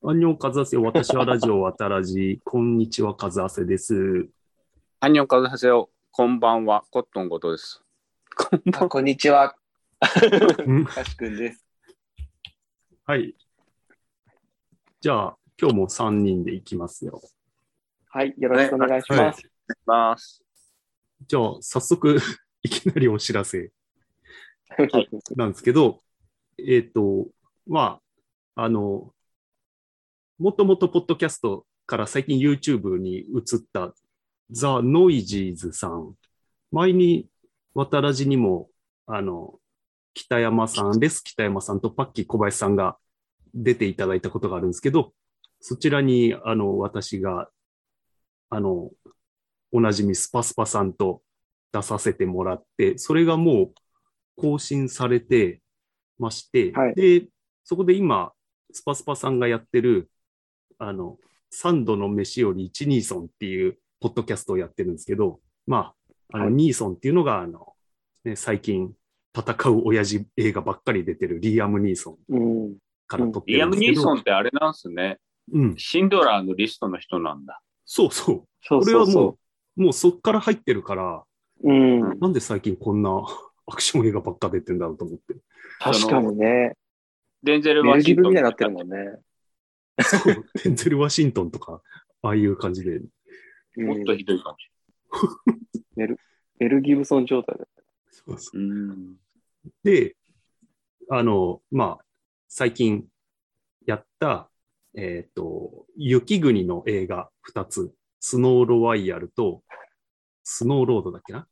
あんにょんかずあせよ。私はラジオわたらじ。こんにちは、かずあせです。アンニョンカズハセヨ、こんばんは、コットンゴトです。こんばんあこんにちは。うんかしくんです。はい。じゃあ、今日も3人でいきますよ。はい、よろしくお願いします。は。じゃあ、早速、 いきなりお知らせはい、なんですけど、えっ、と、まあ、あの、もともとポッドキャストから最近 YouTube に移ったザ・ノイジーズさん。前に、渡らじにも、あの、北山さん、レス北山さんとパッキー小林さんが出ていただいたことがあるんですけど、そちらに、あの、私が、あの、おなじみスパスパさんと出させてもらって、それがもう更新されてまして、はいで、そこで今、スパスパさんがやってる、あの、三度の飯より一ニーソンっていうポッドキャストをやってるんですけど、まあ、あの、はいニーソンっていうのが、あの、ね、最近、戦う親父映画ばっかり出てるリアム・ニーソンうん。から撮ってリるアんでム・すけど、ニーソンってあれなんすね。うん、シンドラーのリストの人なんだ。そうそう。そうこれそはうも、そうもうそっから入ってるから、う。うん。なんで最近こんなアクション映画ばっか出てんだろうと思って。 確かにね。デンゼル・メワルシギントブンみたいになってるもんね。そう、デンゼル・ワシントンとか、ああいう感じで。うんもっとひどいかもしメルギブソン状態だ。そうそうれない。うん。で、あの、まあ、最近やった、えっ、と、雪国の映画2つ、スノーロワイヤルと、スノーロードだっけな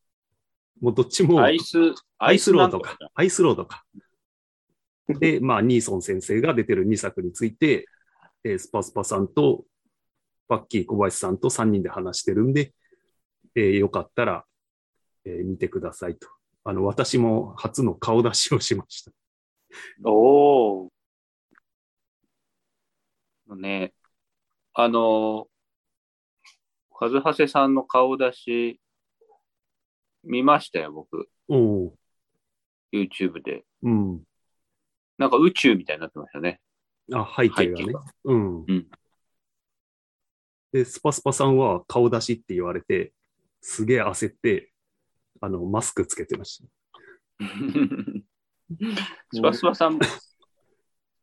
もうどっちも、アイス、アイスロードアイかスなん。アイスロードか。で、まあ、ニーソン先生が出てる2作について、えースパスパさんと、パッキー小林さんと3人で話してるんで、えーよかったら、えー見てくださいと。あの、私も初の顔出しをしました。おお。だね。あの、カズハセさんの顔出し、見ましたよ、僕。おお YouTube で。ー、うん。なんか宇宙みたいになってましたね。あ、背景がね背景が。うん。うんで、スパスパさんは顔出しって言われて、すげえ焦って、あの、マスクつけてました。 スパスパさん、ス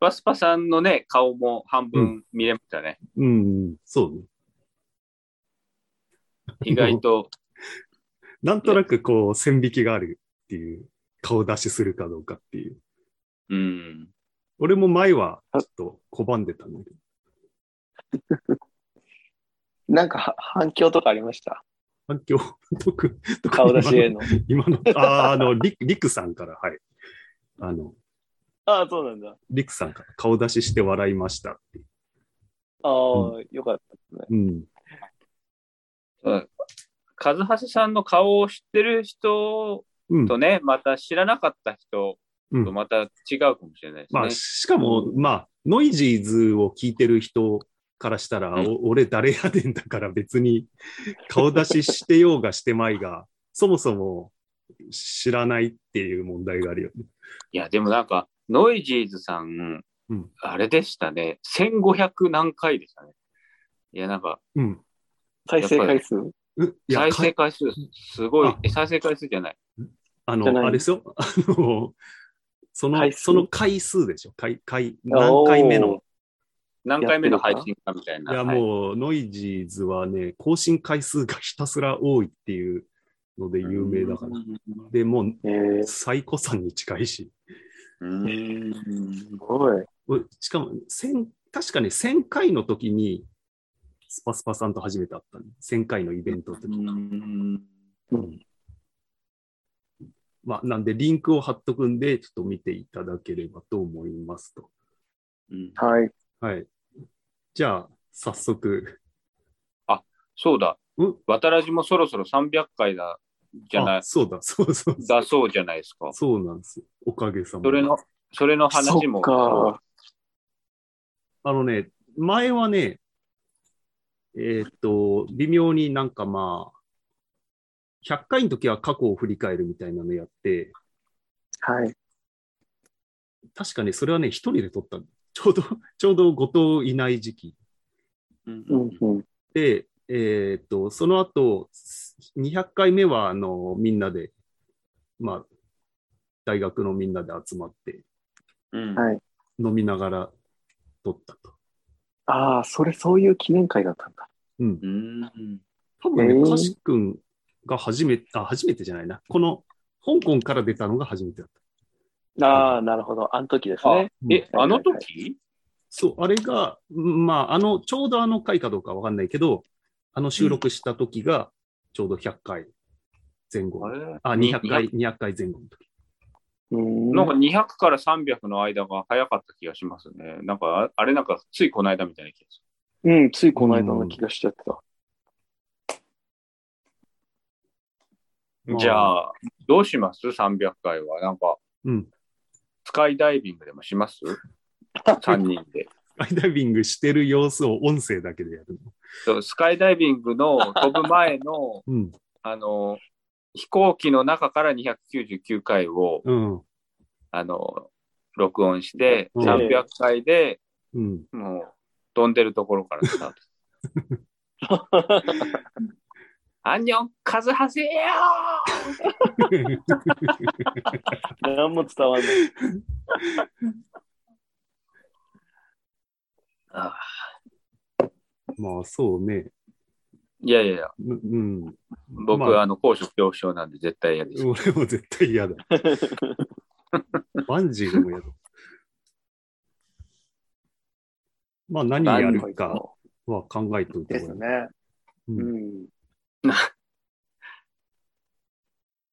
パスパさんのね、顔も半分見れましたね。うん、そうね。意外と、なんとなくこう、線引きがあるっていう、顔出しするかどうかっていう。うん。俺も前はちょっと拒んでたんだけど、なんかは反響とかありました。反響、 特特に顔出しへの。今の、今のあーあの、リクリクさんから、はい。あの、 ああ、そうなんだ。リクさんから顔出しして笑いましたっていう。ああ、よかっうん。カズハセさんの顔を知ってる人うんと。ね、また知らなかった人うんとまた違うかもしれないですね。まあ、しかも、まあ、ノイジーズを聞いてる人からしたら、うんお俺誰やねんだから別に顔出ししてようがしてまいが、そもそも知らないっていう問題があるよね。いや、でもなんか、ノイジーズさん、うんあれでしたね。1500何回でしたね。いや、なんか、うん。た。再生回数ういや、再か生回数、すごいあ、え再生回数じゃない。あじゃの、ないあれですよ。あの、その回、数その回数でしょ。回、回、何回目の。。何回目の配信かみたいいな。や、はいもう、ノイジーズはね、更新回数がひたすら多いっていうので有名だから。で、もう、おーえー、す最古さんに近いし。うん。ごい。おしかも、千、確かね、1000回の時に、スパスパさんと初めて会ったね。1000回のイベントの時。うんまあ、なんで、リンクを貼っとくんで、ちょっと見ていただければと思いますと。うんはい。はい。じゃあ、早速。そうだうん。渡らじもそろそろ300回だ、じゃなあそうだ、そうそう。だそうじゃないですか。そうなんですよ。おかげさまでそれの、それの話も。そっか。あのね、前はね、えーっと、微妙になんかまあ、100回の時は過去を振り返るみたいなのやって、はい。確かね、それはね、一人で撮ったの。 ちょうど、ちょうど後藤いない時期うんううんんうん。で、えーっと、その後、200回目は、あの、みんなで、まあ、大学のみんなで集まってうんはい飲みながら撮ったと。ああ、それ、そういう記念会だったんだ。うん。うん多分ね、へーカシ君が初めて、あ、初めてじゃないな。この、香港から出たのが初めてだった。ああ、なるほど。あの時ですあね。うんえ、あの時そう、あれが、うんまあ、あの、ちょうどあの回かどうかわかんないけど、あの収録した時が、ちょうど100回前後。あれあ、200回、。200回前後の時。うなんんか200から300の間が早かった気がしますね。なんかあ、あれなんかついこの間みたいな気がすうん、ついこの間の気がしちゃってた。る。まあじゃあ、どうします ?300 回は。なんか、うん。スカイダイビングでもします ?3 人で。スカイダイビングしてる様子を音声だけでやるそうスカイダイビングの飛ぶ前の、の。うん。あの、飛行機の中から299回を、うん。あの、録音して、うん300回でうん。 もう飛んでるところから スタート。アンニョン、カズハセよ何も伝わんない。あまあ、そうね。いやいやいや、ううん。僕、まああ、の、高所恐怖症なんで絶対嫌です。俺も絶対嫌だ。バンジーでも嫌だ。まあ、何やるかは考えておいたで方すがいい。ね。ううんん。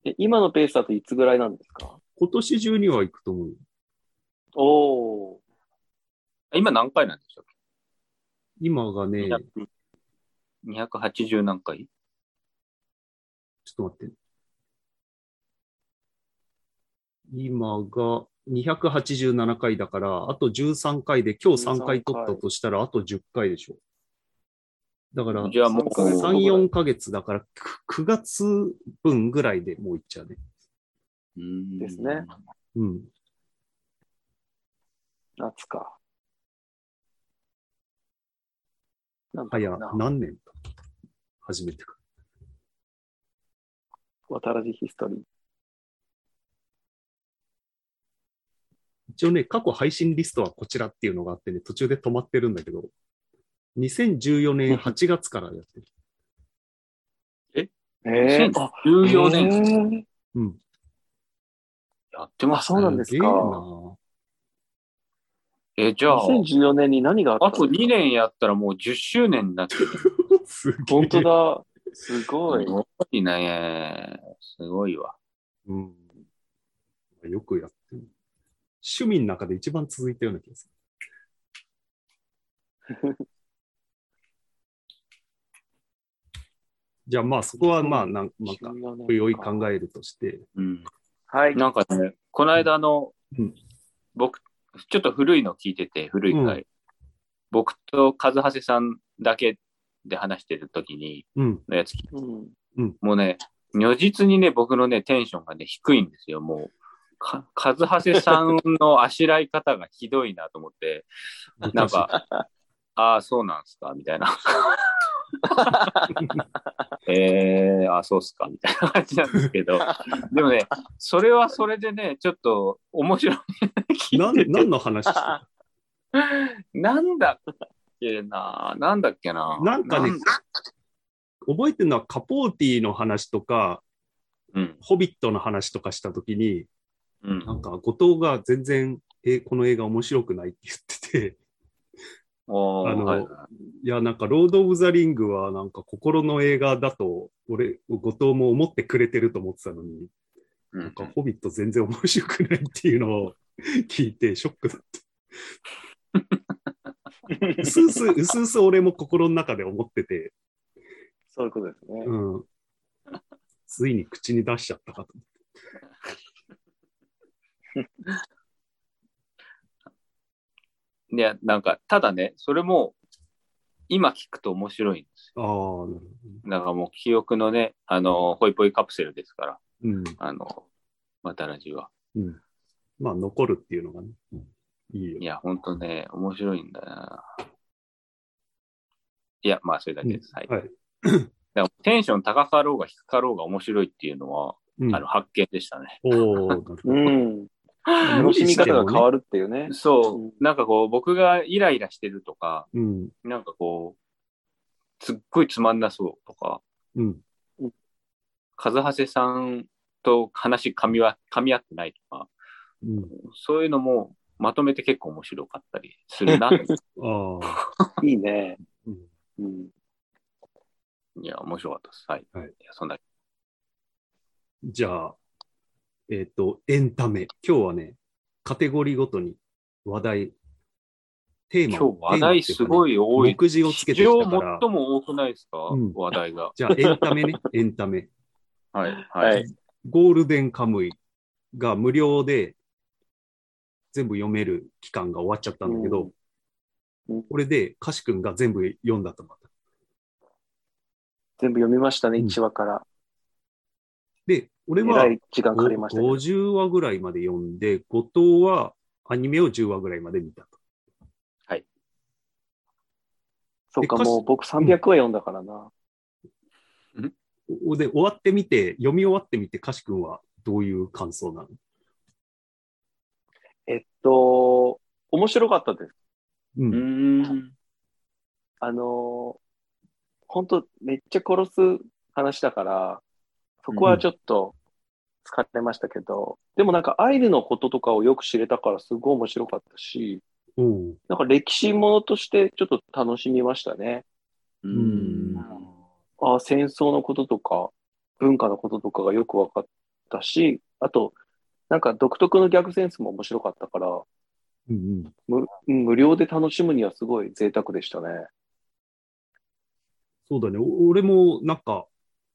え今のペースだといつぐらいなんですか今年中には行くと思うよ。おお。今何回なんでしょ今がね、ちょっう ?280 何回と待って。今が287回だから、あと13回で、今日3回取ったとしたら、あと10回でしょ。だから、じゃあもう、そうそう3、4ヶ月だから、く9月分ぐらいでもう行っちゃうね。うんですね。うん。夏か。なんはだやろうな、何年か。初めてか。渡らじヒストリー。一応ね、過去配信リストはこちらっていうのがあってね、途中で止まってるんだけど、2014年8月からやってる。ええあ、 14年ええうん。やってまあ、す。そうなんですげえか。な え、じゃあ、 2014年に何があったあと2年やったらもう10周年になってる。すげえ。本当だ。 すごいす。ごいね。すごいわ。うん。よくやってる。趣味の中で一番続いたような気がする。じゃあまあそこはまあなんなんか、 14年不用意考えるとして。うん。はい。なんかね、この間あの、うん僕、ちょっと古いの聞いてて、古い回。う僕と和橋さんだけで話してる時に、うん。のやつ聞いてうん。もうね、如実にね、僕のね、テンションがね、低いんですよ。もう、か、和橋さんのあしらい方がひどいなと思って、なんか、ああ、そうなんすかみたいな。 えー、あそうっすかみたいな感じなんですけど、でもね、それはそれでね、ちょっと面白い。な聞いてん て何の話してたなんだっけななんだっけななんかね、覚えてるのはカポーティの話とか、うん、ホビットの話とかしたときに、うんな。んか後藤が全然、え、この映画面白くないって言ってて、おーあのはいはいいや、なんかロード・オブ・ザ・リングはなんか心の映画だと、俺、後藤も思ってくれてると思ってたのに、うなんんかホビット全然面白くないっていうのを 聞いてショックだった。うすうす、うすうす俺も心の中で思ってて、そういうことですね。うん。ついに口に出しちゃったかと。いや、なんか、ただね、それも、今聞くと面白いんですああ、なるほどねよ。だからもう記憶のね、あの、ホイポイカプセルですから、うん。あの、マタラジは。うん。まあ、残るっていうのがね。いいよい。や、ほんとね、面白いんだな。いや、まあ、それだけです。はい。はい。でもテンション高かろうが低かろうが面白いっていうのは、うんあの、発見でしたね。おーなるほどうん。無楽し理みして方もねが変わるっていうね。そうう、なんかこう、僕がイライラしてるとか、うん。なんかこう、すっごいつまんなそうとか、うん。カズハセさんと話噛みは噛み合ってないとか、うん。そういうのもまとめて結構面白かったりするなって。ああ。いいね。うんうん。いや、面白かったです。はい。はいいやそんな、じゃあ、えっ、と、エンタメ。今日はね、カテゴリーごとに話題、テーマ今日話題すごい。い多い。目次をつけてき史上た最から。も多くないですか、うん話題が。じゃあ、エンタメね、エンタメ。はい。ははいい。。ゴールデンカムイが無料で全部読める期間が終わっちゃったんだけど、うんうんこれで、カシ君が全部読んだと思った。全部読みましたね、うん1話から。で、俺えはらい時間かかりましたけど。 50話ぐらいまで読んで、後藤はアニメを10話ぐらいまで見たと。そうか、でかしもう僕300話読んだからな。おで、終わってみて、読み終わってみて、カシ君はどういう感想なのえっと、面白かったです。う。うんーん。あの、本当めっちゃ殺す話だから、そこはちょっと疲れましたけど、でもなんかアイルのこととかをよく知れたからすごい面白かったし、おうなんか歴史ものとしてちょっと楽しみましたね。うーんん。あ戦争のこととか、文化のこととかがよく分かったし、あと、なんか独特の逆センスも面白かったから、うんうん。無うん無料で楽しむにはすごい贅沢でしたね。そうだね。お俺もなんか、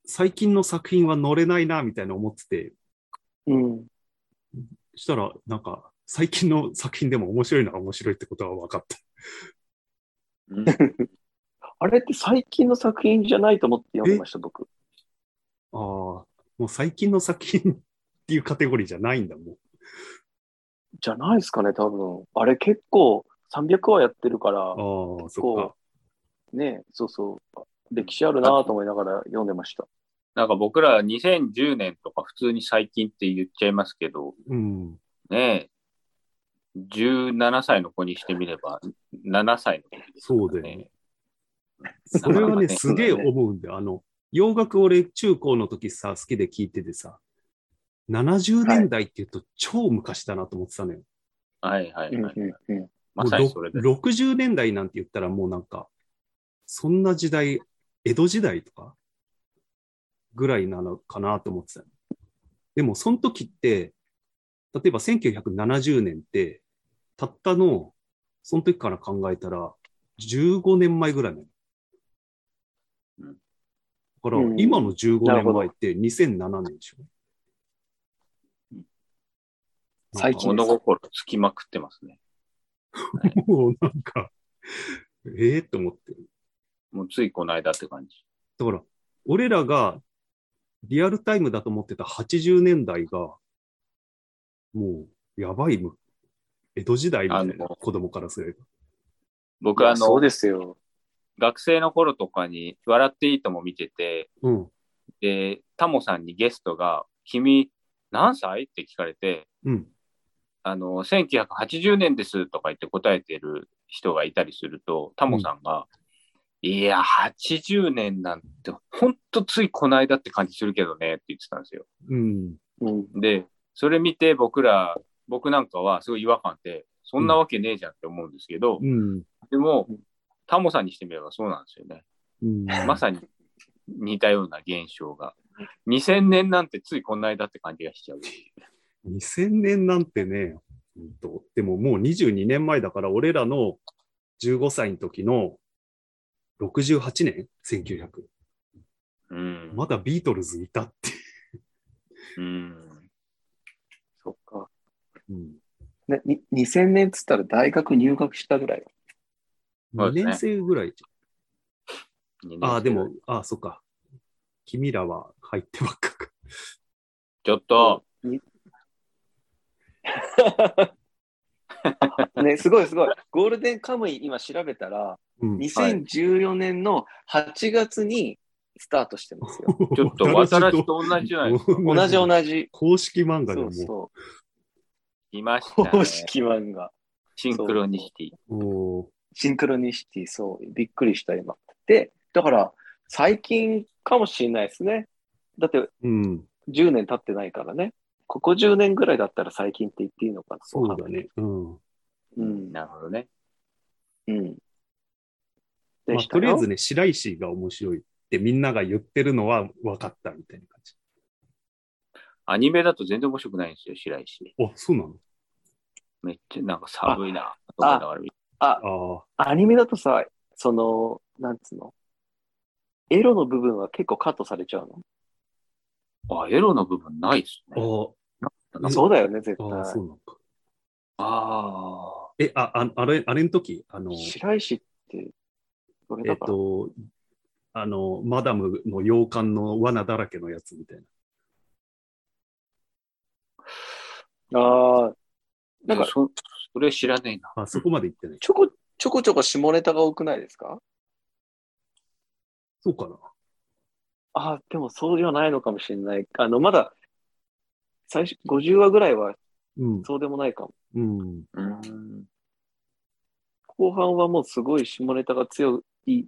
最近の作品は乗れないな、みたいな思ってて、うん。したら、なんか、最近の作品でも面白いのは面白いってことは分かった。うんあれって最近の作品じゃないと思って読んでました、僕。ああ、もう最近の作品っていうカテゴリーじゃないんだもん。じゃないですかね、多分。あれ結構300話やってるから、ああ、そっこか。う、ね、そうそう、歴史あるなと思いながら読んでました。なんか僕ら2010年とか普通に最近って言っちゃいますけど、うん。ねえ、17歳の子にしてみれば、7歳の子ですからそうだよね。それはね、なかなかねすげえ思うんだよ。あの、洋楽俺中高の時さ、好きで聴いててさ、70年代っていうと超昔だなと思ってたのよ。はいはいはい。うんうんうんまさにそれで。もうろ60年代なんて言ったらもうなんか、そんな時代、江戸時代とかぐらいなのかなと思ってたの。でも、その時って、例えば1970年って、たったの、その時から考えたら、15年前ぐらいなの。うんだから、うん今の15なる年ほど前って2007年でしょ。最近物心つきまくってますね。もうなんか、ええと思って。もうついこの間って感じ。だから、俺らがリアルタイムだと思ってた80年代が、もう、やばいむ、江戸時代みたいあなの子供からすれば。僕あいやそうの、ですよ。学生の頃とかに、笑っていいとも見てて、うん、で、タモさんにゲストが、君、何歳って聞かれて、うん、あの、1980年ですとか言って答えてる人がいたりすると、タモさんが、いや、80年なんて、ほんとついこの間って感じするけどねって言ってたんですよ。うん、うん。で、それ見て僕ら、僕なんかはすごい違和感で、そんなわけねえじゃんって思うんですけど、うん、でもうん、タモさんにしてみればそうなんですよね。うん。まさに似たような現象が。2000年なんてついこの間って感じがしちゃう。 2000年なんてね、ほんとでももう22年前だから、俺らの15歳の時の68年 ?1900。うん。まだビートルズいたって。うん。そっか。うんね、に2000年っつったら大学入学したぐらい。そ2うですね年生ぐらいじゃんああ、でも、ああ、そっか。君らは入ってばっか か。ちょっと、ね、すごいすごい。ゴールデンカムイ今調べたら、うん2014年の8月にスタートしてますよ。ちょ っと、わたらしと同じじゃないですか。同じ同じ。公式漫画でそもうそいましう。た、公ね。式漫画。シンクロニシティ。おーシンクロニシティ、そう。びっくりした今。で、だから最近かもしれないですね。だってうん、 10年経ってないからね。ここ10年ぐらいだったら最近って言っていいのかな。そうだね。うん。うん。なるほどね。うん。まであ、したとよりあえずね、白石が面白いってみんなが言ってるのは分かったみたいな感じ。アニメだと全然面白くないんですよ、白石。あ、そうなのめっちゃなんか寒いなと思いながら見て。あアニメだとさ、その、なんつうの、エロの部分は結構カットされちゃうの、あ、エロの部分ないですあ、あね。ーうんそうだよね、絶あ対。ー、そうなのか。あえ、あ、ああれ、あれの時、あの、白石って、どれえっだから、と、あの、マダムの洋館の罠だらけのやつみたいな。ああ、あ。ななんんかかそ、それ知らねえな。あ、そこまで言ってない。ちょこ、ちょこちょこ下ネタが多くないですかそうかな。ああ、でもそうではないのかもしれない。あの、まだ、最初、50話ぐらいはうん。そうでもないかも。うん。うーん。後半はもうすごい下ネタが強い、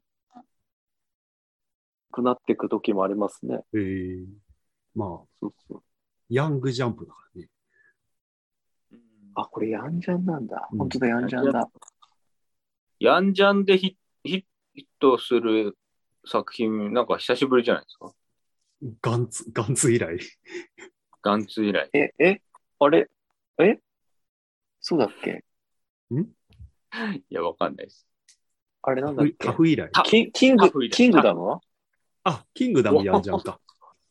くなっていく時もありますね。えー、まあ、そうそう。ヤングジャンプだからね。あ、これヤンジャンなんだ。うん本当だ、ヤンジャンだ。ヤンジャンでヒヒットする作品、なんか久しぶりじゃないですか。ガンツ、ガンツ以来。ガンツ以来。え、え、あれ、えそうだっけいや、わかんないです。あれなんだっけタフ以来。タキンキングタフ、キングダムはあ、キングダムヤンジャンか。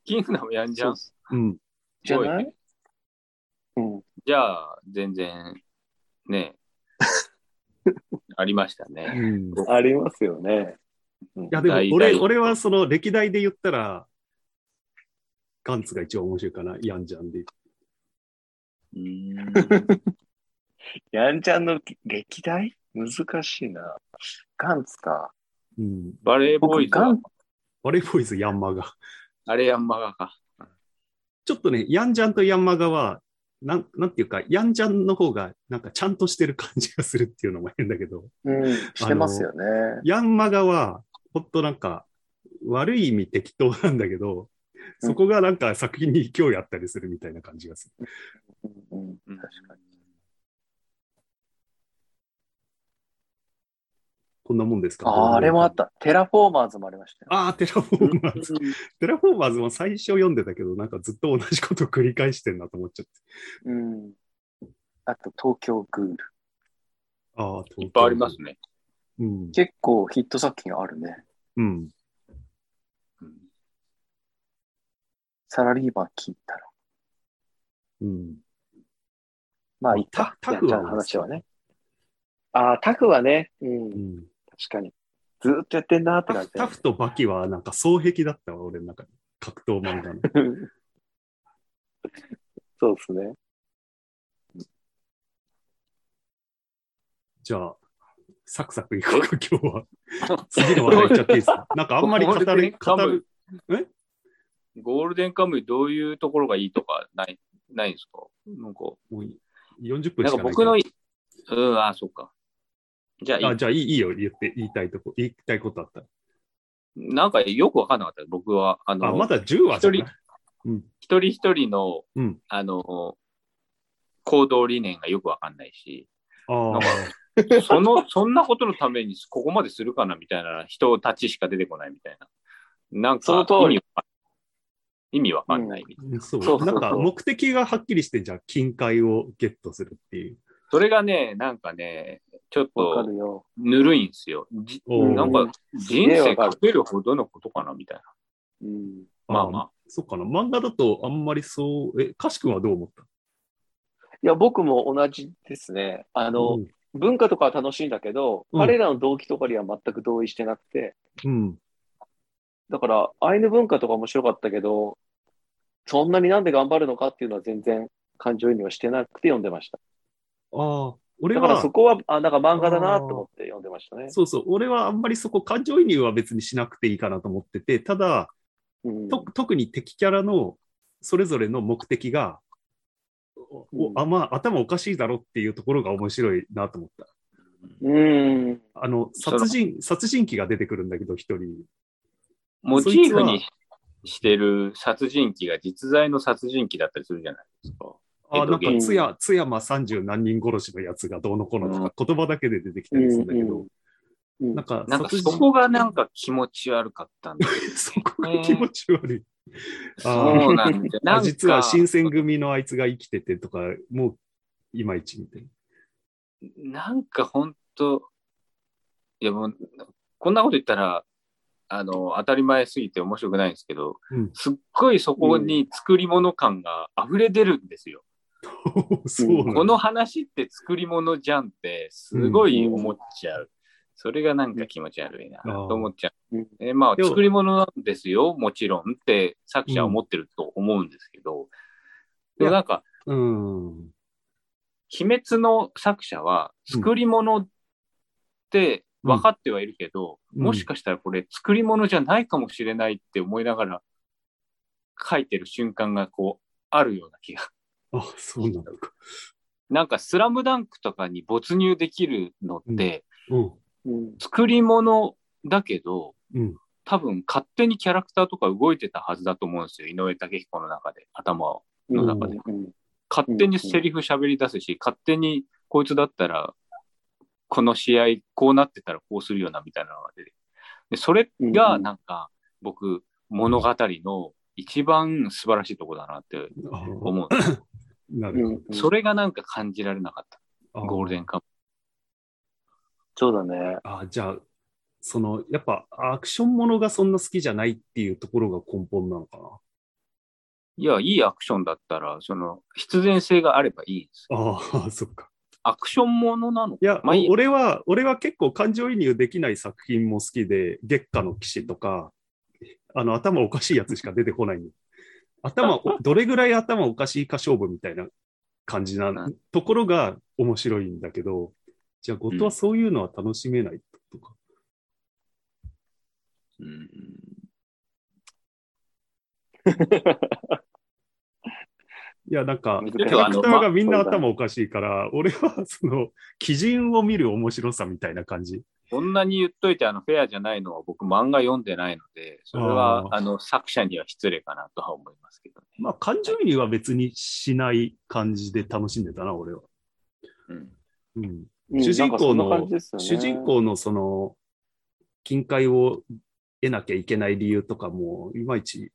キングダムヤンジャンそううん。じゃないすうん。じゃあ、全然、ねありましたね。うんありますよね。うんいや、でも大俺、大俺はその歴代で言ったら、ガンツが一番面白いかな、ヤンジャンで。うーんヤンジャンの歴代難しいな。ガンツか。うん。バレーボーイズ僕ガはン、バレーボーイズ、ヤンマガ。あれヤンマガか。ちょっとね、ヤンジャンとヤンマガは、なん、なんていうか、ヤンジャンの方が、なんかちゃんとしてる感じがするっていうのも変だけど、うん、してますよね。ヤンマガは、ほんとなんか、悪い意味適当なんだけど、そこがなんか作品に勢いあったりするみたいな感じがする。うんうんうん確かに。こんなもんですかああ、あれもあっ。た。テラフォーマーズもありましたよ。ああ、テラフォーマ ーズ。テラフォーマーズも最初読んでたけど、なんかずっと同じこと繰り返してんなと思っちゃって。うん。あと、東京グール。ああ、いっぱいありますね。うん。結構ヒット作品あるね。うん。うんサラリーマン聞いたら。うん。まあ、いいか。タタフはじゃあ話はね。ああ、タフはね。う。うんん、確かに。ずーっとやってんなーってタ感フじだタよフとバキはなんか双璧だったわ、俺の中で。格闘漫 画の。ね。そうですね。じゃあ、サクサクいこうか、今日は。次の話題いっちゃっていいですかなんかあんま り語ゴールデるン、カ語ムイる。ゴールデンカムイどういうところがいいとかない、ないんですかなんか、もう40分なしかないけど。んか僕のい、うん、あ、そっか。じゃあいいあ、じゃあいいいいよ、言って、言いたいとこ、言いたいことあったなんかよくわかんなかった。僕は、あら。あ、の、まだ10話じゃない一一人一人の、うんあの、行動理念がよくわかんないし、ああ、そ の、そんなことのためにここまでするかなみたいな人たちしか出てこないみたいな。なんか、その通り意味わかん意味わかんないみたいな、そそうそうう。そうなんか目的がはっきりして、じゃあ金塊をゲットするっていう。それがね、なんかね、ちょっわかとるよ。ぬるいんですよ。じおーなんか、人すげえわ生かるかけるほどのことかなみたいうん。な。まあまあ。そうかな。漫画だとあんまりそう、え、かしくんはどう思ったいや、僕も同じですね。あの、うん文化とかは楽しいんだけど、うん彼らの動機とかには全く同意してなくて、うん。だから、アイヌ文化とか面白かったけど、そんなになんで頑張るのかっていうのは全然感情移入はしてなくて読んでました。ああ、俺だからはそ、こは、あ、なんか漫画だなと思って読んでましたね。そうそう、俺はあんまりそこ感情移入は別にしなくていいかなと思ってて、ただ、うんと特に敵キャラのそれぞれの目的が、おうんおあまあ、頭おかしいだろっていうところが面白いなと思った。うん。あの、その殺人、殺人鬼が出てくるんだけど、一人。モチーフにしてる殺人鬼が実在の殺人鬼だったりするじゃないですか。あ、なんかえっと、津や津山三十何人殺しのやつがどうのこうのとか、言葉だけで出てきたうりするんんだけど、うんなんか、なんか殺そ人こがなんか気持ち悪かったんだよ。 そこが気持ち悪い。あーそうな んだよ。なんあか実は新選組のあいつが生きててとか、もういまいちみたいな。 なんか本当いやもう、こんなこと言ったら、あの、当たり前すぎて面白くないんですけど、うんすっごいそこに作り物感が溢れ出るんですよ。そうなんだこの話って作り物じゃんって、すごい思っちゃう。それがなんか気持ち悪いな、と思っちゃう。うんえまあ、でも作り物なんですよ、もちろんって作者は思ってると思うんですけど、でもなんか、うん。鬼滅の作者は作り物って分かってはいるけど、うんもしかしたらこれ作り物じゃないかもしれないって思いながら書いてる瞬間がこうあるような気が。 あ、そうなのか。なんかスラムダンクとかに没入できるのって、うん。うん。作り物だけど、うん。多分勝手にキャラクターとか動いてたはずだと思うんですよ。井上武彦の中で、頭を。うんなんかねうん勝手にセリフ喋り出すし、勝手にこいつだったら、この試合こうなってたらこうするよなみたいなのが出てでそれうんうがんなんか僕物語の一番素晴らしいとこだなってあ思う。なうるんそれがなんか感じられなかった。ほど。ゴールデンカップ。そうだね。あじゃあ、その、やっぱアクションものがそんな好きじゃないっていうところが根本なのかいや、いいアクションだったら、その必然性があればいいんです。な。あ あ、そっか。アクションものなのいや、まあいいお俺は、俺は結構感情移入できない作品も好きで、月下の騎士とか、あの、頭おかしいやつしか出てこないの。 頭お、どれぐらい頭おかしいか勝負みたいな感じなうんところが面白いんだけど、じゃあ、後藤はそういうのは楽しめないってことか。うんいや、なんか、難しキいャラクターがみんなあのま頭おかしいから、俺はその、基準を見る面白さみたいな感じ。こんなに言っといてあのフェアじゃないのは僕漫画読んでないので、それはあーあの作者には失礼かなとは思いますけどね。まあ、感情移入は別にしない感じで楽しんでたな、俺は。うんうん。うん主人公のなんかそんな感じですよね主人公のその、金塊を得なきゃいけない理由とかも、いまいち、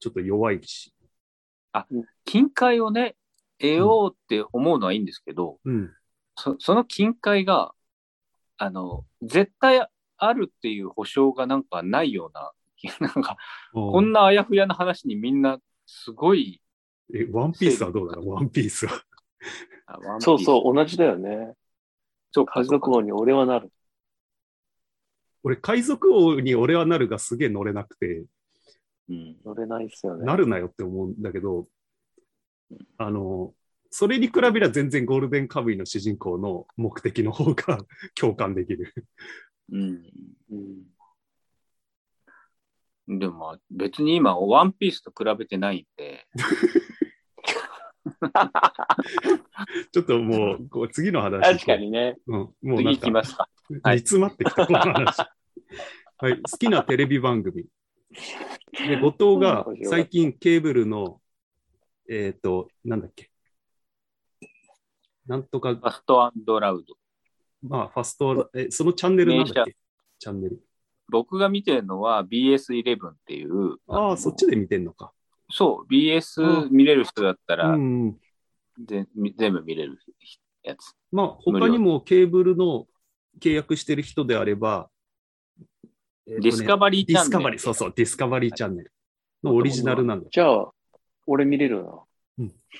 ちょっと弱いし。金塊をね、得ようって思うのはいいんですけど、うん。そその金塊が、あの、絶対あるっていう保証がなんかないような、 なんか、こんなあやふやな話にみんなすごい、え、ワンピースはどうだろうワンピースは。あワンピースそうそう、同じだよね。そうか海そうか賊王に俺はなる。俺、海賊王に俺はなるがすげえ乗れなくて、うん乗れないですよね。なるなよって思うんだけど、あの、それに比べりゃ全然ゴールデンカムイの主人公の目的の方が 共感できる。うんうんでもまあ別に今、ワンピースと比べてないんで、ちょっともう、こう次の話。確か。にね。うん。もう次なん行かき、ますか。 はい煮詰まってきた、この 話。はい、好きなテレビ番組。で、後藤が最近ケーブルの、えっ、と、なんだっけ。なんとかフ、ァストアンドラウド。まあ、ファスト、えそのチャンネルなんだっけチャンネル。僕が見てるのは BS11 っていう、ああ、そっちで見てんのか。そう、う BS 見れる人だったうら、んうん。でみ全部見れるやつ。まあ、他にもケーブルの契約してる人であれば、えーとねディスカバリーチディャンネル。スカバリー、そうそう、ディスカバリーチャンネルのオリジナルなんだ。じゃあ、俺見れるな。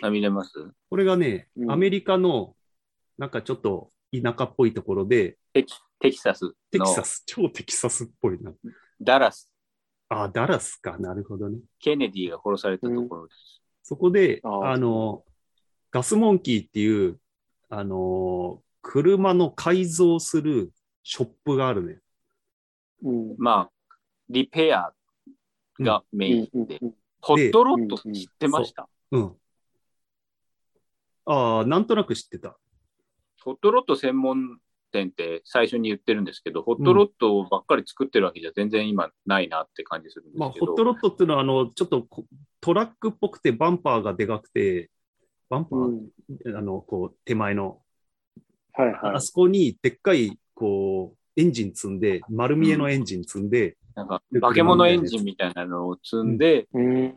あ見れますこれがね、うんアメリカの、なんかちょっと田舎っぽいところで、テキテキサステキのサス、超テキサスっぽいな。ダラス、あ、ダラスか、なるほどね。ケネディが殺されたところです。そこで、あーあの、ガスモンキーっていう、あのー車の改造するショップがあるね。うん。まあ、リペアがメインで。うんホットロットって知ってましたうん。ああ、なんとなく知ってた。ホットロット専門店って最初に言ってるんですけど、ホットロットばっかり作ってるわけじゃ全然今ないなって感じするんですけど。まあ、ホットロットっていうのは、あの、ちょっとこトラックっぽくてバンパーがでかくて、バンパうー、んあの、こう、手前の、はいはあい。そこにでっかい、こう、エンジン積んで、丸見えのエンジン積んで、なんか、化け物エンジンみたいなのを積んで、うん、フュ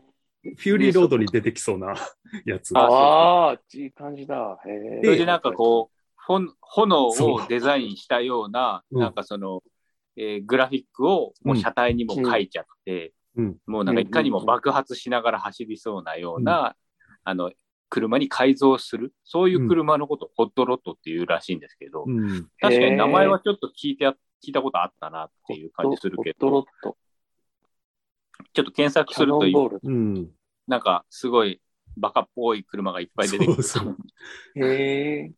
ーリーロードに出てきそうな やつ。あああ、いい感じだ。へえ。それでなんかこう、ほん炎そをうデザインしたような、うんなんかその、えーグラフィックをもう車体にも書いちゃって、うんもうなんかいかにも爆発しながら走りそうなような、あの、車に改造する、そういう車のことをホットロットっていうらしいんですけど、うん。確かに名前はちょっと聞いてあ聞いたことあったなっていう感じするけホットロどッ、ト。ちょっと検索キすャるとノンいボう、ール。うん。なんかすごいバカっぽい車がいっぱい出てくる。そうそうへえ。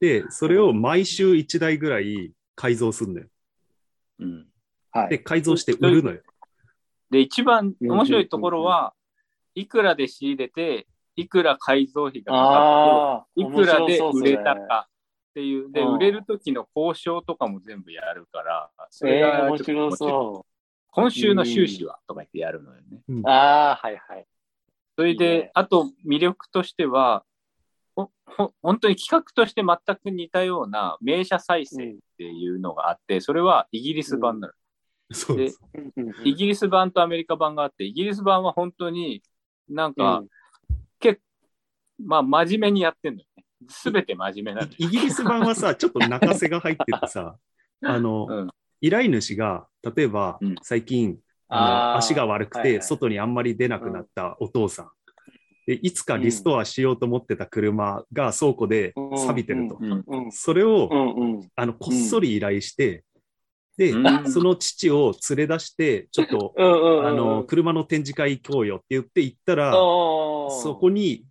で、それを毎週1台ぐらい改造するのよ。うんはで、い。改造して売るのよ。で、一番面白いところは、いくらで仕入れて、いくら改造費がかかっああ、て、いくらで売れた面白そうそれかっていう、で、うん売れる時の交渉とかも全部やるから、そえれえが面ちょっと白面白いそ今週の収支はとか言ってやるのよね。うんう。ああ、はいはい。それで、いいねあと魅力としては、ほほ本当に企画として全く似たような名車再生っていうのがあって、それはイギリス版なの。そうでうんうんうんイギリス版とアメリカ版があって、イギリス版は本当になんか、結構、まあ、真面目にやってんのよね。すべて真面目なのよ。イギリス版は さ、ちょっと泣かせが入っててさ、あの、うん依頼主が、例えばうん、最近、あの足が悪くて、外にあんまり出なくなったお父さん。でいつかリストアしようと思ってた車が倉庫で錆びてると。うんうんそれを、うんうん。あのこっそり依頼して、で、うんその父を連れ出して、ちょっと、うんうんうん。あの、車の展示会行こうよって言って行ったら、そそこに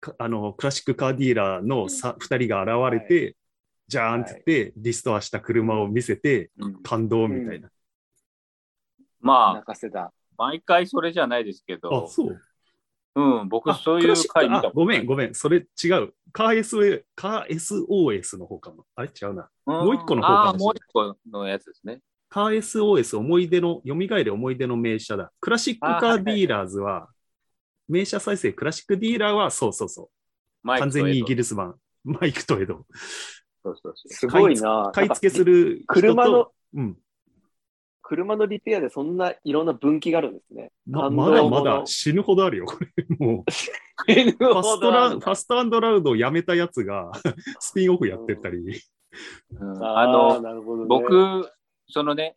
かあのクラシックカーディーラーのさ2人が現れて、じゃーんって言って、リストアした車を見せて、うん感動みたいな。ま泣かせだ。あ、毎回それじゃないですけあ、ど、そう。うん、僕、そういクラうシック回見たあごめん、ごめん、それ違う。カー SOS, カー SOS の方かも。あれ違うな。んもう一個の方かもしれないあーもう一個のやつですね。カー SOS 思い出の、蘇る思い出の名車だ。クラシックカーディーラーズは、名車再生クラシックディーラーは、そうそうそう。マイ完クと全にイギリリス版。 マイクとエド。そうそうそうすごいな。買い付けする。る人と車の、うん。車のリペアでそんないろんな分岐があるんですね。ま感ま動だものまだ死ぬほどあるよ、これ。 もう、ファストランファストアンドラウドをやめたやつ が、スピンオフやってたり。うんああのー、なるほどね、僕、そのね、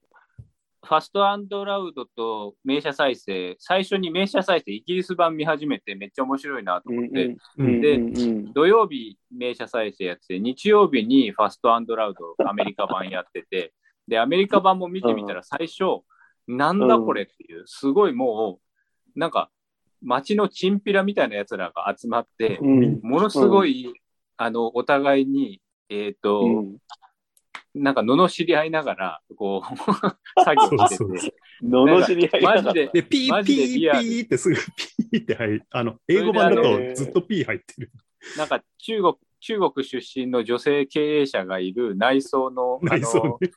ファストアンドラウドと名車再生、最初に名車再生、イギリス版見始めてめっちゃ面白いなとうん思っうん、て、ううんん。うんうん土曜日名車再生やってて、日曜日にファストアンドラウドアメリカ版やってて、で、アメリカ版も見てみたら最初、なんだこれっていう、すごいもう、なんか、街のチンピラみたいなやつらが集まって、うんものすごい、あの、お互いに、えっ、と、うんなんか、罵り合いながら、こう、作業してて、そうそう罵り合いマなジがでら、で、ピーマピジでーピリアルーってすぐ ピーって入る。あの、英語版だそとれであれずっとピー入ってる。なんか、中国、中国出身の女性経営者がいる内装の、あ内装の、ね。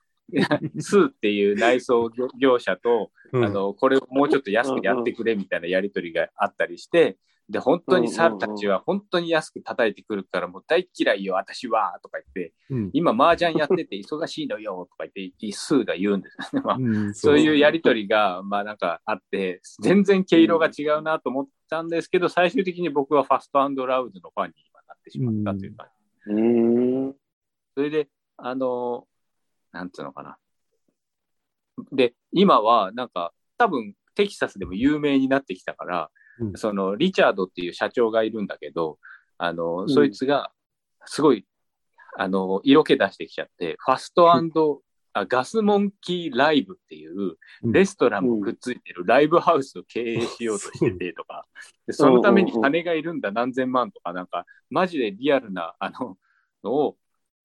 スーっていう内装業業者と、うんあのこれをもうちょっと安くやってくれみたいなやり取りがあったりして、で、本当に猿たちは本当に安く叩いてくるから、もう大嫌いよ、私は、とか言って、うん今、麻雀やってて忙しいのよ、とか言って、スーが言うんですね。 まあ、うんそういうやりとりが、まあなんかあって、全然毛色が違うなと思ったんですけど、最終的に僕はファストアンドラウドのファンに今なってしまったというか、うーん、それで、あの、なんつうのかな。で、今は、なんか、多分、テキサスでも有名になってきたから、うんその、リチャードっていう社長がいるんだけど、あの、んそいつが、すごい、あの、色気出してきちゃって、ファストアンド、あガスモンキーライブっていう、うんレストランもくっついてるライブハウスを経営しようとしててとか、でそのために金がいるんだ何千万とか、なんか、マジでリアルな、あの、のを、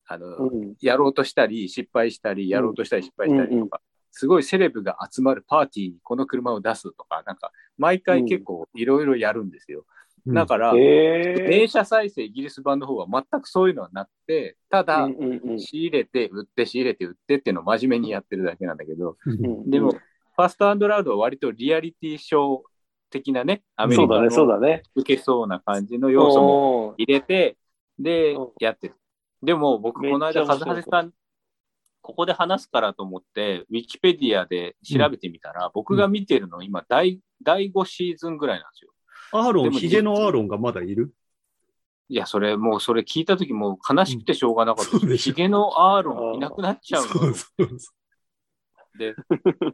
あの、うん。やろうとしたり、失敗したり、やろうとしたり、失敗したりとか、うんうんすごいセレブが集まるパーティーにこの車を出すとか、なんか、毎回結構いろいろやるんですよ。だから、え名車再生イギリス版の方は全くそういうのはなくて、たーだ、うんうんうん仕入れて、売って、仕入れて、売ってっていうのを真面目にやってるだけなんだけど、うんうんでも、ファストアンドラウドは割とリアリティショー的なね、アメそリうカだね、そうのだね。受けそうな感じの要素もも。入れて、でうん、やってる。でも僕、このめっちゃ間、面カ白ズそうハセさん、ここで話すからと思って、ウィキペディアで調べてみたら、僕が見てるの今、第、第5シーズンぐらいなんですよ。アーロでン、もヒゲのアーロンがまだいるいや、それ、もう、それ聞いた時もう悲しくてしょうがなかったうんそうで。ですしヒょゲのアーロンいなくなっちゃうそうの。そうそうで、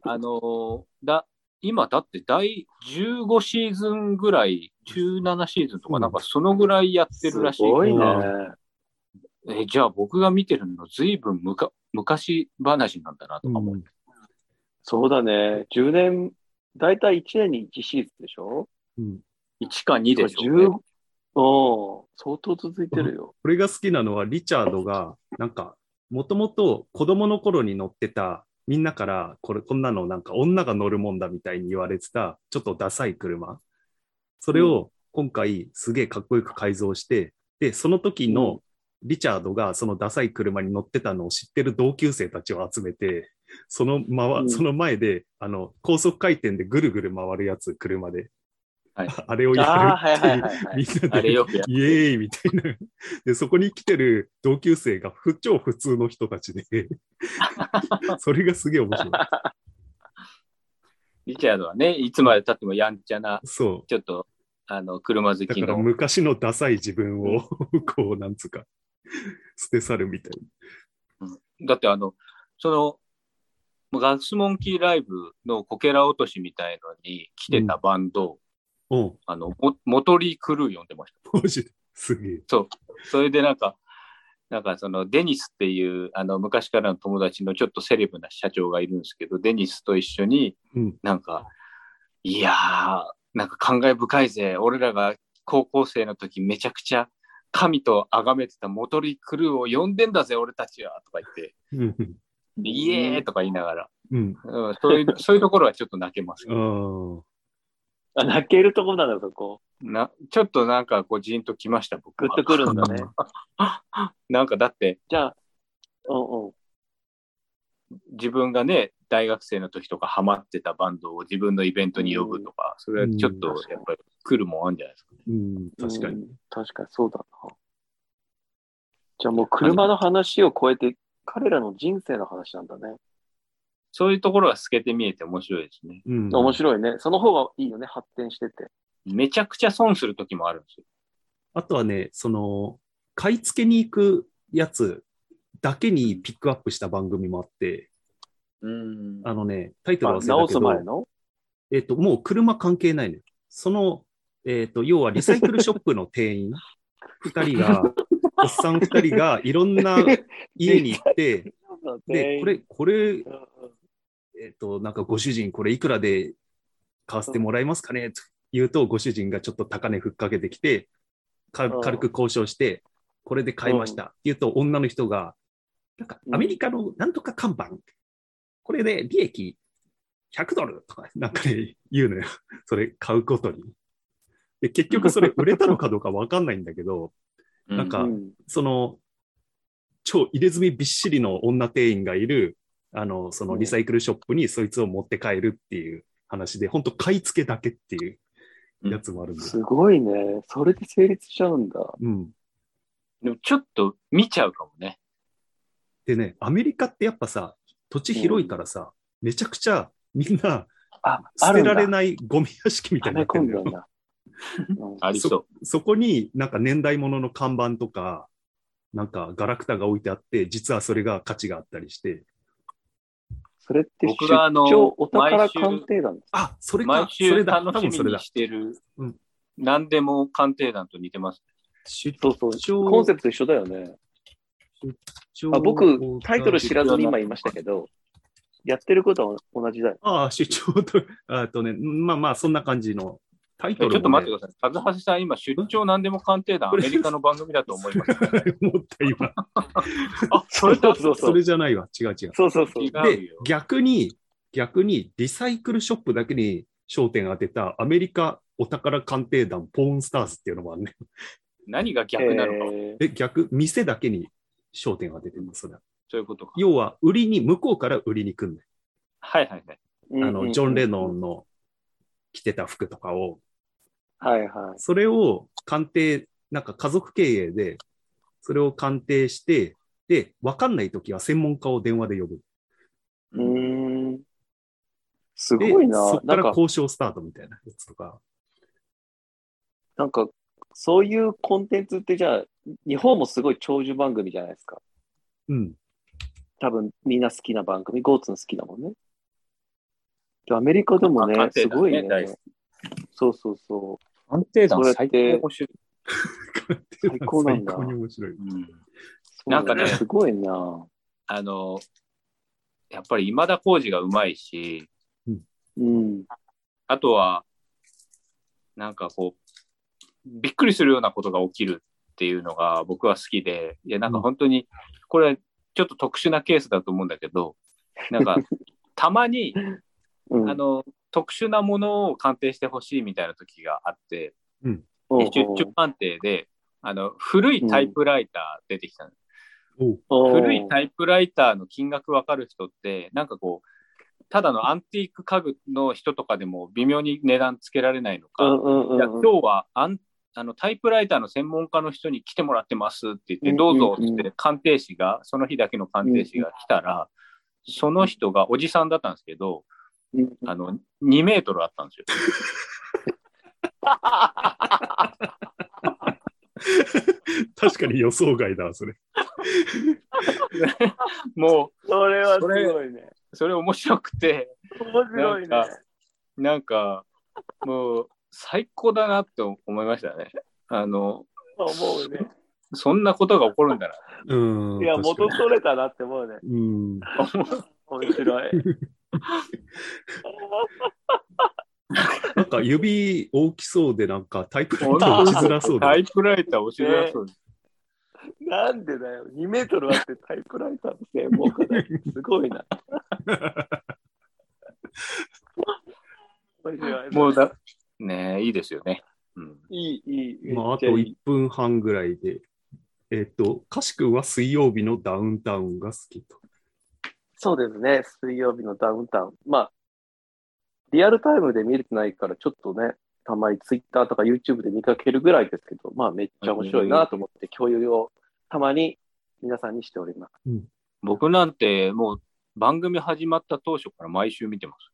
あのーだ、今、だって第15シーズンぐらい、17シーズンとか、なんかそのぐらいやってるらしいすごいね。え、じゃあ僕が見てるの随分むか昔話なんだなとか思う。そうだね。10年、だいたい1年に1シーズンでしょうん1か2でしょうね、 10うん。相当続いてるよ。俺が好きなのは、リチャードが、なんか、もともと子供の頃に乗ってた、みんなから、これ、こんなのなんか女が乗るもんだみたいに言われてた、ちょっとダサい車。それを今回、すげえかっこよく改造して、で、その時のリチャードがそのダサい車に乗ってたのを知ってる同級生たちを集めて、そのまわ、うんその前で、あの、高速回転でぐるぐる回るやつ、車で。はい あれをああ、やはるいってはいいうはみんなであれよくいはい。やイエーイみたいな。で、そこに来てる同級生が不超普通の人たちで、 それがすげえ面白い。リチャードはね、いつまでたってもやんちゃな、そちょっと、あの、車好う。だきからの。昔のダサい自分を、こう、なんつうか、捨て去るみたいだってあの、その、もうガスモンキーライブのこけら落としみたいのに来てたバンド、な。うん。あの、モモトリークルー呼んでました。マジで。すげえ。それでなんか、なんかそのデニスっていうあの昔からの友達のちょっとセレブな社長がいるんですけど、デニスと一緒にうんなんか、いやー、なんか感慨深いぜ。俺らが高校生の時めちゃくちゃ神と崇めてたモトリクルーを呼んでんだぜ、俺たちはとか言って、うん。イエーイとか言いながら、うん。うん、そういう、そういうところはちょっと泣けます。うん。ああ泣けるとこなんだ、そこ。なちょっとなんかこうじんときました、僕グはッとくるんだね。 なんかだって、じゃあ、うんうん。自分がね、大学生の時とかハマってたバンドを自分のイベントに呼ぶとか、それはちょっとやっぱり来るもんあるんじゃないですかね。ーうん。確かうに。ん。確かにそうだな。じゃあもう車の話を超えて、彼らの人生の話なんだね。そういうところが透けて見えて面白いですね。うん。面白いね。その方がいいよね、発展してて。めちゃくちゃ損する時もあるんですよ。あとはね、その、買い付けに行くやつだけにピックアップした番組もあって、うんあのね、タイトル忘あれたけど、直す前のえっ、と、もう車関係ないのよ。その、えっ、と、要はリサイクルショップの店員、二人が、おっさん二人がいろん な家に行って、で、これ、これ、えっ、と、なんかご主人、これいくらで買わせてもらえますかねと言うと、ご主人がちょっと高値ふっかけてきて、かうん軽く交渉して、これで買いましたって言うと、女の人が、なんかアメリカのなんとか看板、これで利益100ドルとか、なんかね、言うのよ。それ買うことに。で結局それ売れたのかどうかわかんないんだけど、なんかうんその、超入れ墨びっしりの女店員がいる、あの、そのリサイクルショップにそいつを持って帰るっていう話で、本当買い付けだけっていうやつもあるんです。すごいね。それで成立しちゃうんだ。うん。でもちょっと見ちゃうかもね。でね、アメリカってやっぱさ、土地広いからさ、めちゃくちゃみんなあ、捨あてるんらだれないゴミ屋敷みたい溜にめなってる込んのだんよ。だ。 うんありそそこになんか年代物の看板とか、なんかガラクタが置いてあって、実はそれが価値があったりして、それって出僕があの張お宝毎週鑑定団です。あ、それう。か毎、それ週だ、多楽し分みそれにだ。してるうん、何でも鑑定団と似てます。出そうそう。張コンセプト一緒だよね。あ僕、タイトル知らずに今言いましたけど、やってることは同じだよ。ああ、出張と、あとね、まあまあ、そんな感じのタイえちょトっルとも、待っねて、ください。カズハセさん、今、出張何でも鑑定団、アこメれリカの番組だと 思います。思った今。あ、それと そうそうそれじゃないわ、違う違う。そうそうそう違。うでよ、。逆に、逆にリサイクルショップだけに焦点当てたアメリカお宝鑑定団ポーンスターズっていうのもあるね。何が逆なのか、えーえ、逆、店だけに焦点当ててます、それはそういうことか。要は、売りに、向こうから売りに来んね。はいはいはい。うんあうんうの、んジョン・レノンの着てた服とかを、はいはい。それを鑑定、なんか家族経営で、それを鑑定して、で、わかんないときは専門家を電話で呼ぶ。うーん。すで、ごいなそこ。かなんらか、交渉スタートみたいなやつとか。なんか、そういうコンテンツってじゃあ、日本もすごい長寿番組じゃないですか。うん。多分みんな好きな番組、ゴーツン好きだもんね。アメリカでもねまあ、鑑定す団ねごいね大好き。そうそうそ鑑定団団、最最高高にに面面白最い。高 最高に面白い。なんだうんう。なんかねそうだすごいな。あの、やっぱり今田耕司がうまいし、うん。あとは、なんかこう、びっくりするようなことが起きるっていうのが僕は好きで、いや、なんか本当に、これ、ちょっと特殊なケースだと思うんだけ ど、なんか、たまに、うん、あの、特殊なものを鑑定してほしいみたいな時があって、ほうでほう、出張鑑定で、あの、古いタイプライター出てきたの。おう古いタイプライターの金額わかる人って、なんかこう、ただのアンティーク家具の人とかでも微妙に値段つけられないのうか、んうんうんいやうん今日はアンあのタイプライターの専門家の人に来てもらってますって言って、どうぞうんっうんうて鑑定士が、その日だけの鑑定士が来たら、その人がおじさんだったんですけど、うんあの2メートルあったんですよ。 確かに予想外だわ、それ。もそれはすそれごいね。う、それ面白くて、面白いね。なんかなんか、もう、最高だなって思いましたね。あの、思うね。そんなことが起こるんだな。うん。いや、確元か取れたなって思うね。にうん。面白い。なんか指大きそうで、なんかタイプライ ター打ちづらそうタで。イプライター教えづらそうです。なんでだよ。2メートルあってタイプライターの専門家だよ。すごいな。 面白い。もうだ、ねえいいですよね。うん。いい、いい。まあ、あとめっちゃ1いい。分半ぐらいで。えっと、かしくは水曜日のダウンタウンが好きと。そうですね。水曜日のダウンタウン。まあ、リアルタイムで見れてないから、ちょっとね、たまにツイッターとか YouTube で見かけるぐらいですけど、まあ、めっちゃ面白いなと思って、共有をたまに皆さんにしております。僕なんて、もう、番組始まった当初から毎週見てます。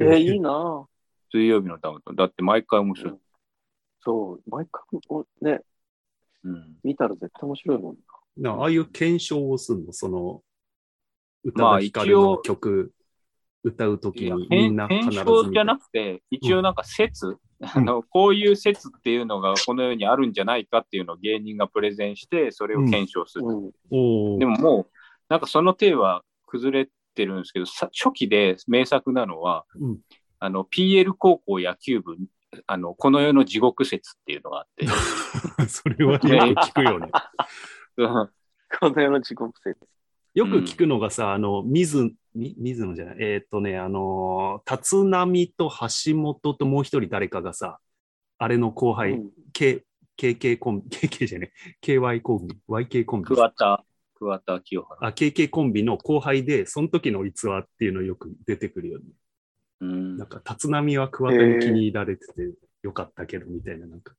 えー、いいなぁ。水曜日のダウンタウン。だって毎回面白い。そう、毎回お、ね、うん。見たら絶対面白いもん。なああいう検証をするの、その、歌まあ田ヒカルの一応曲、歌うときいやにみんな必検ず証見じてゃなくて、一応なんか説、 あの、こういう説っていうのがこの世にあるんじゃないかっていうのを芸人がプレゼンして、それを検証する。うん。おーでももう、なんかその手は崩れてるんですけど、さ初期で名作なのは、うんあの、PL 高校野球部、あの、この世の地獄説っていうのがあって、 それはよく聞く よね。うんこの世の地獄説。よく聞くのがさ、あの、水、み水野じゃない、えーっ、とね、あのー、立浪と橋本ともう一人誰かがさ、あれの後輩、うん K、KK コンビ、KK じゃね、KY コンビ、YK コンビ。桑田、桑田清原。あ、KK コンビの後輩で、その時の逸話っていうのよく出てくるよね。うん嗯なんか、立浪は桑田に気に入られててよかったけど、みたいな、なんか、